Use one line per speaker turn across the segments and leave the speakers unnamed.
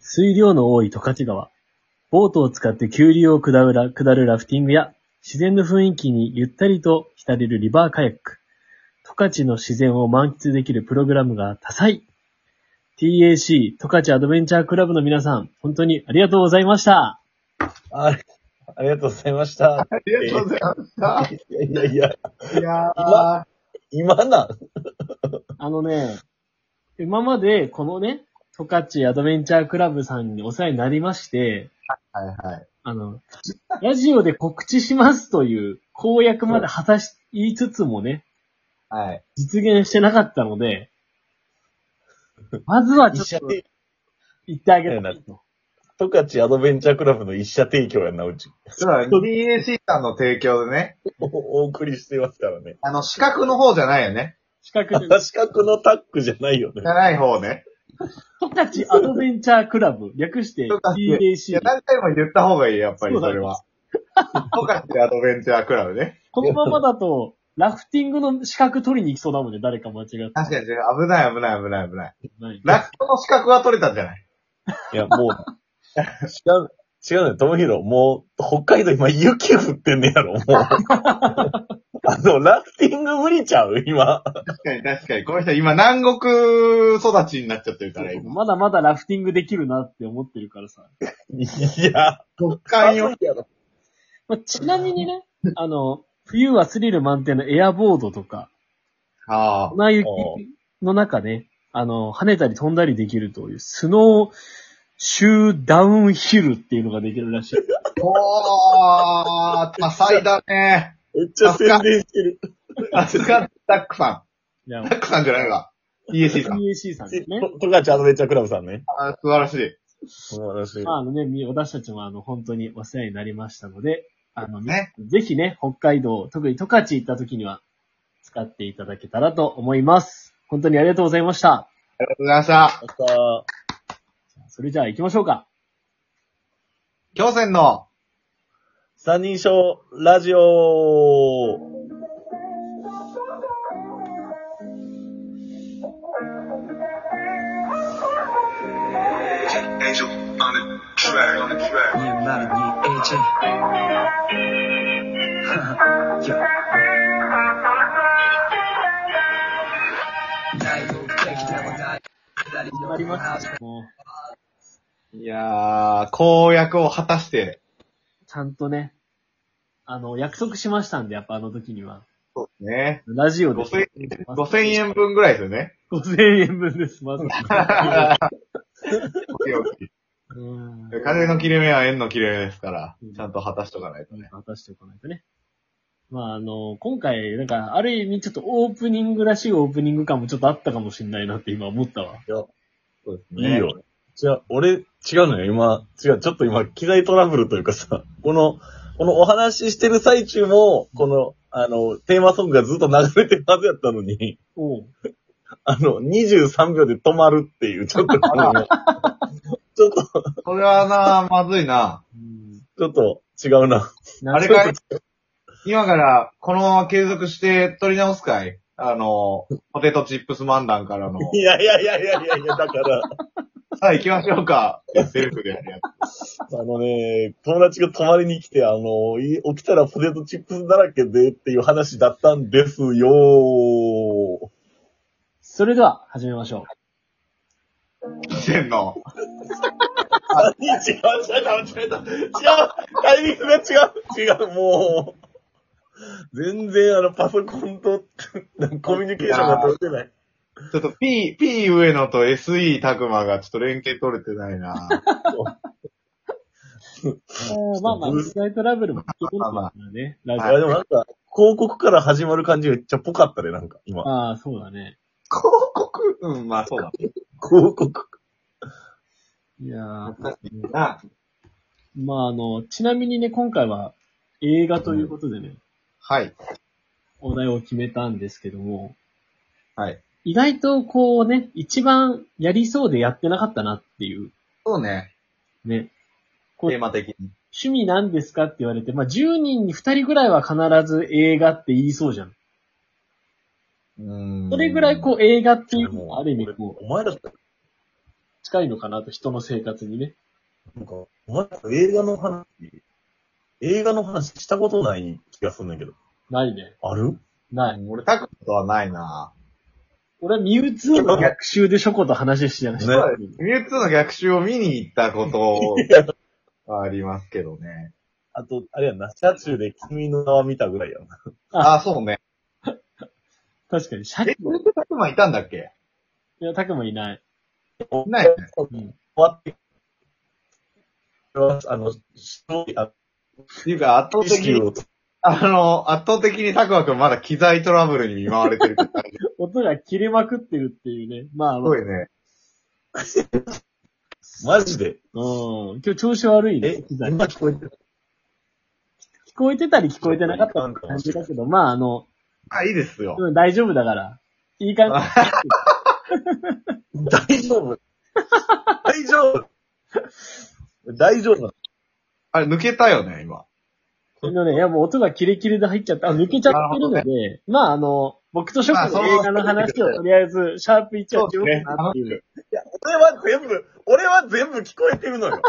水量の多い十勝川。ボートを使って急流を下るラ下るラフティングや、自然の雰囲気にゆったりと浸れるリバーカヤック。十勝の自然を満喫できるプログラムが多彩。TAC 十勝アドベンチャークラブの皆さん、本当にありがとうございました。
あありがとうございました。
ありがとうございました。
いやいやいや、
いやー、
今なん。
あのね、今までこのね、十勝アドベンチャークラブさんにお世話になりまして、
はいはい。
あの、ラジオで告知しますという公約まで果たし、言いつつもね、
はい。
実現してなかったの で、まずはち
一
ょ
社
っと
提
言ってあげたいと。
トカチアドベンチャークラブの一社提供やんな、うち。
それは DAC さんの提供でね、
おお送りしてますからね。
あの、資格の方じゃないよね。
資格で、
四角のタックじゃないよね
じ。ゃない方ね。
トカチアドベンチャークラブ、略して
トカチ
TAC
いや、。何回も言った方がいい、やっぱり
そうだ
そ
ね
れは。とかってアドベンチャークラブね。
このままだと、ラフティングの資格取りに行きそうだもんね、誰か間違って
確かに危ない危ない危ない危ない。
ない。
ラフトの資格は取れたんじゃない
いや、もう、違う、違うね、ともひろ、もう、北海道今雪降ってんねや ろ、もう。あの、ラフティング無理ちゃう今。
確かに確かに。この人今南国育ちになっちゃってるから、今。
まだまだラフティングできるなって思ってるからさ。
いや、
極寒よ。
やろ。
まあ、ちなみにね、あの、冬はスリル満点のエアボードとか、
ああ。
粉雪の中ね、あの、跳ねたり飛んだりできるという、スノーシューダウンヒルっていうのができるらしい。
おー、多彩だ ね。
めっちゃ宣伝してる。
さすが、ダックさ
いや
ん。ダックさんじゃないわ。EAC さん。
PAC さんですね。
トガチアドベンチャークラブさんね。
あー素晴らしい。
素晴らしい
ま。あ、あのね、み私たちもあの、本当にお世話になりましたので、あの、
ね
ぜひね、北海道、特に十勝行った時には、使っていただけたらと思います。本当にありがとうございました。
ありがとうございました。
また、
それじゃあ行きましょうか。
京戦の、
三人称ラジオ
angel on the track, on the track.
你妈的，你 AJ。哈哈，有。
始まりました。もう、
いやー、公約を果たして、
ちゃんとね、あの、約束しましたんで、やっぱあの時には。
そうね。
ラジオで
5000 5000円分ぐらいですよね。
5000円分です、 まず。うん。
風の切れ目は縁の切れ目ですから、ちゃんと果たしとかないとね。
果たしておかないとね。まあ、あの、今回、なんか、ある意味ちょっとオープニングらしいオープニング感もちょっとあったかもしれないなって今思ったわ。
そうです
ね
いいよ。じゃあ、俺、違うのよ、今。違う、ちょっと今、機材トラブルというかさ、この、このお話ししてる最中も、この、あの、テーマソングがずっと流れてるはずやったのに、
おう。
あの、23秒で止まるっていう、ちょっと、あ のちょっと、
これはな、まずいな。
うん。
ちょっと違うな。
な
あれかい今から、このまま継続して取り直すかいあの、ポテトチップス漫談からの。
いやいやいやいやいやいや、だから、
さあ行きましょうか。セルフでやるや
あのね、友達が泊まりに来て、あの、い起きたらポテトチップスだらけでっていう話だったんですよ
それでは、始めましょう。
つ。四川の。
あ違う、違う、違う、違う、違う、タイミングが違う、違う、もう、全然あの、パソコンと、コミュニケーションが取れてない。
ちょっと P、P 上野と SE たくまがちょっと連携取れてない な。
えーまあまあ、実際トラブルも聞いてる
まあま
か
あ
らね。ラ
い
ジ
や、でもなんか、広告から始まる感じめっちゃぽかったで、なんか、
オ。
今。
ああ、そうだね。
広告うん、まあそうだ。
広告。
いやー
な
まああの、ちなみにね、今回は映画ということでね、
はい。
お題を決めたんですけども、
はい。
意外とこうね、一番やりそうでやってなかったなっていう、
そうね。
ね。こう
テーマ的に。
趣味なんですかって言われて、まあ、10人に2人ぐらいは必ず映画って言いそうじゃん。
うーん
それぐらいこう映画っていうのがある意味こう、
お前ら、
近いのかなと、人の生活にね。
なんか、お前映画の話、映画の話したことない気がするんだけど。
ないね。
ある
ない。
俺、タクトはないな
俺はミュウツーの逆襲でショコと話してない。
ね
ミュウツーの逆襲を見に行ったことはありますけどね。
あと、あれやんな、車中で君の名は見たぐらいやんな。
あ、そうね。
確かに、シャ
え、
キ
ミュウツータクマいたんだっけ
いや、タクもいない。
いないよね。
うん。
終わって、これはあの、白い、あ
っていうか、圧
の、
倒
意
的
識
に、
を、
あの、圧倒的にタクマくんまだ機材トラブルに見舞われて るから。す
音が切れまくってるっていうね。まあ、まあ
ごいね。
マジで。
うん。今日調子悪いね。
え、
機材
今聞こえてる
聞こえてたり聞こえてなかった
なんか
感じだけど、まあ、あの、
あ、いいですよ。
うん大丈夫だから。いい感じ。
大丈夫。大丈夫。大丈夫。
あれ、抜けたよね、今。
あのね、いやもう音がキレキレで入っちゃった。あ抜けちゃってるの
な
で、まああの、僕とショックの映画の話をとりあえず、シャープ1は十分かなっていう。
いや、俺は全部、俺は全部聞こえてるのよ。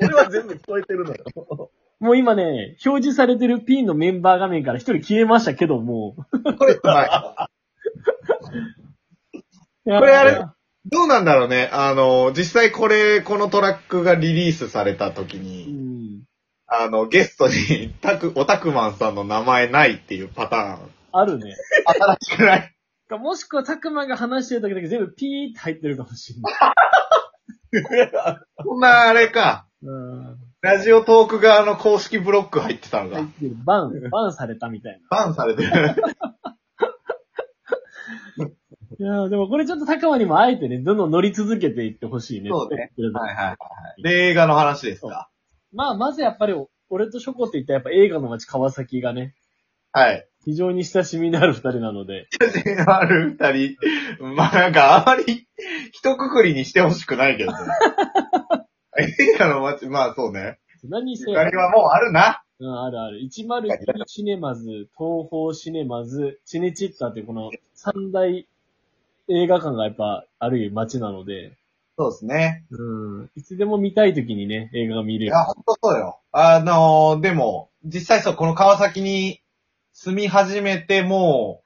俺は全部聞こえてるのよ。
もう今ね、表示されてる P のメンバー画面から一人消えましたけども。
これ、うまい。
これ
これあれどうなんだろうね。あの、実際これ、このトラックがリリースされた時
う
に、
ん。
あの、ゲストに、タク、オ タクマンさんの名前ないっていうパターン。
あるね。
新しくない。
かもしくは、たくまが話してる時だけ全部ピーって入ってるかもしれない。
こんなあれか。
うん。
ラジオトーク側の公式ブロック入ってたの
入っ
が。
てる。バン、バンされたみたいな。
バンされてる。
いやーでもこれちょっとたくまにもあえてね、どんどん乗り続けていってほしいね。
そうね。はいはいはい。で、映画の話ですか。
まあ、まずやっぱり、俺とショコって言ったらやっぱ映画の街川崎がね、
はい。
非常に親しみのある二人なの で、
写真のある二人。まあなんかあまり、一括りにしてほしくないけ どね。映画の街、まあそうね。
何せ、
二人はもうあるな。
うん、あるある。109シネマズ、東宝シネマズ、チネチッタっていうこの三大映画館がやっぱある街なので、
そうですね。
うん、いつでも見たい時にね、映画が見れる。
いや、ほんとそうよ。あのーでも、実際そう、この川崎に住み始めても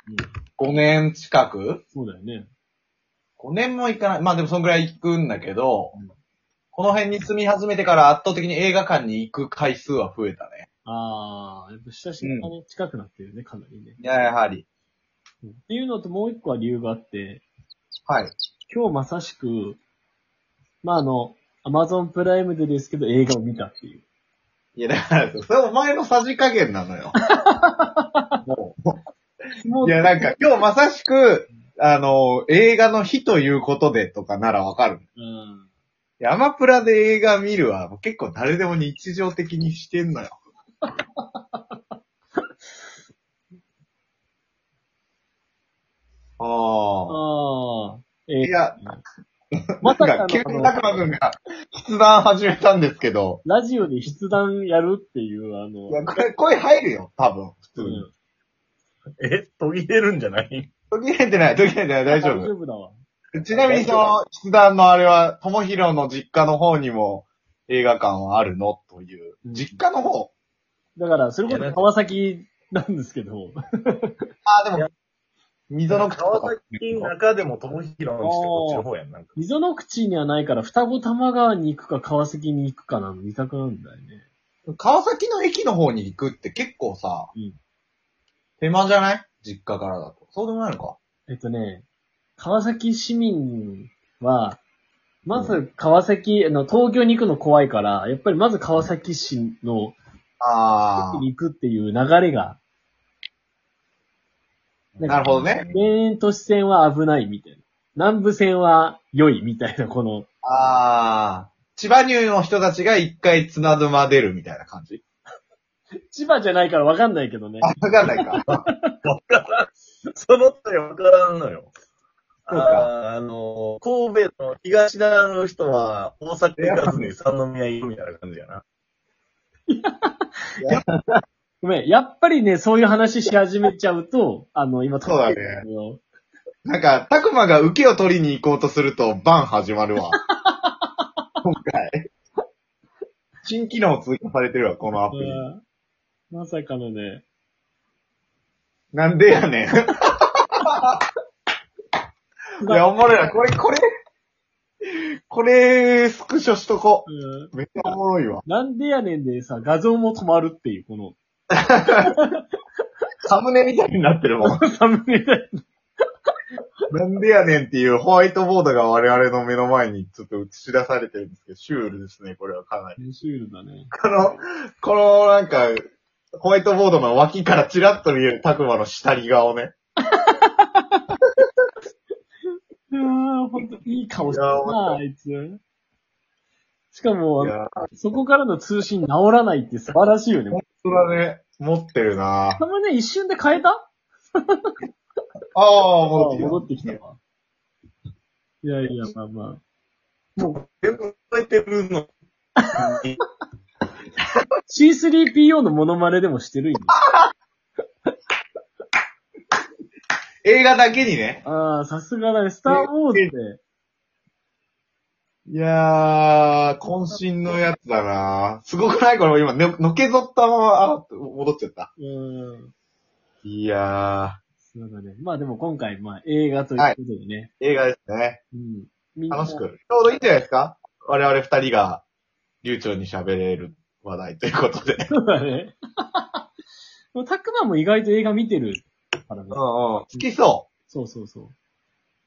う、5年近く
そうだよね。
?5 年も行かない。まあでもそんぐらい行くんだけど、
うん
この辺に住み始めてから圧倒的に映画館に行く回数は増えたね。
あー、やっぱ親しみがね、近くなってるね、かなりね、
いや、やはり。
うんっていうのともう一個は理由があって、
はい。
今日まさしく、まあ、あの、アマゾンプライムでですけど映画を見たっていう。
いや、だから、それお前のさじ加減なのよ。 も
も、
ういうや、なんか、今日まさしく、あの、映画の日ということでとかならわかる。
うん。
いやアマプラで映画見るは、もう結構誰でも日常的にし てんのよ。あ
ああ、えー
あ。いや、
まさ
な
か
んか急
の
に
あ
たくまくんが、筆談始めたんですけど、
の、ラジオで筆談やるっていう、あの
い、や、これ、声入るよ、多分、普通
う
に。
ん
え、途切れるんじゃない
途切れてない、途切れてない、大丈
大
夫
丈。夫だわ。
ちなみにその、筆談のあれは、ともひろの実家の方にも映画館はあるのという。
うん
実家の方
だから、それこ
いやな
そ
んか
川崎なんですけど、
ああ、でも、溝の口と
川
か
崎の中でも友広のしてこっちの方やん。なんか
溝の口にはないから、双子玉川に行くか川崎に行くかなの二択なんだよね。
川崎の駅の方に行くって結構さ、
うん
手間じゃない実家からだと。そうでもないのか
えっとね、川崎市民は、まず川崎、あの、東京に行くの怖いから、やっぱりまず川崎市の
あ
駅に行くっていう流れが、
あ、なるほどね。
田園都市線は危ないみたいな。南部線は良いみたいな、この、
ああ、千葉入の人たちが一回綱沼出るみたいな感じ
千葉じゃないからわかんないけどね
あ、。わかんないか。
その他わからんのよ。
そうか
あーあの、神戸の東側の人は大阪行かずに三宮行くみたいな感じやな。
ごめん、やっぱりね、そういう話し始めちゃうと、あの、今、
そうだね
撮ってるんですよ
なんか、たくまが受けを取りに行こうとすると、バン始ま るわ。今回。新機能追加されてるわ、このアプリ。
うんまさかのね、
なんでやねん。 いや、おもろいな。これ、これ、これ、スクショしとこ
うん
う。めっちゃおもろいわ。
なんでやねんでさ、画像も止まるっていう、この、
サムネみたいになってるもん。
サムネで
なんでやねんっていうホワイトボードが我々の目の前にちょっと映し出されてるんですけど、シュールですね、これはかなり。
シュールだね。
この、このなんか、ホワイトボードの脇からチラッと見えるタクマの下着顔ね。
いやー、ほんと、いい顔してる
いやー
な、あいつ。しかも
い、やー、
そこからの通信治らないって素晴らしいよね。
それはね、持ってるなぁ。
サムネ一瞬で変えた
ああ、
あ
戻ってきた。
戻ってきたわ。いやいや、まあまあ。もう、
全部覚えてる の。
C3PO のモノマネでもしてるんよ。
映画だけにね。
ああ、さすがだね。スターウォーズで。
いやー、渾身のやつだなぁ。すごくないこれ今、ののけぞったまま、あ、戻っちゃった。
うん。
いや
そうだね。まあでも今回、まあ映画ということでね。
ー、映画ですね。
うん。みんな
楽しく。ち。ょうどいいんじゃないですか我々二人が流暢に喋れる話題ということで。
そうだね。 でもタクマも意外と映画見てるからね。
好きそ
そうそうそ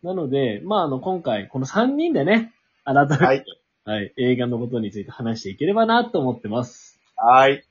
う。なので、まああの今回、この3人でね、改め
う。
て、は、
はいい。
映画のことについて話していければなと思ってます。
はい。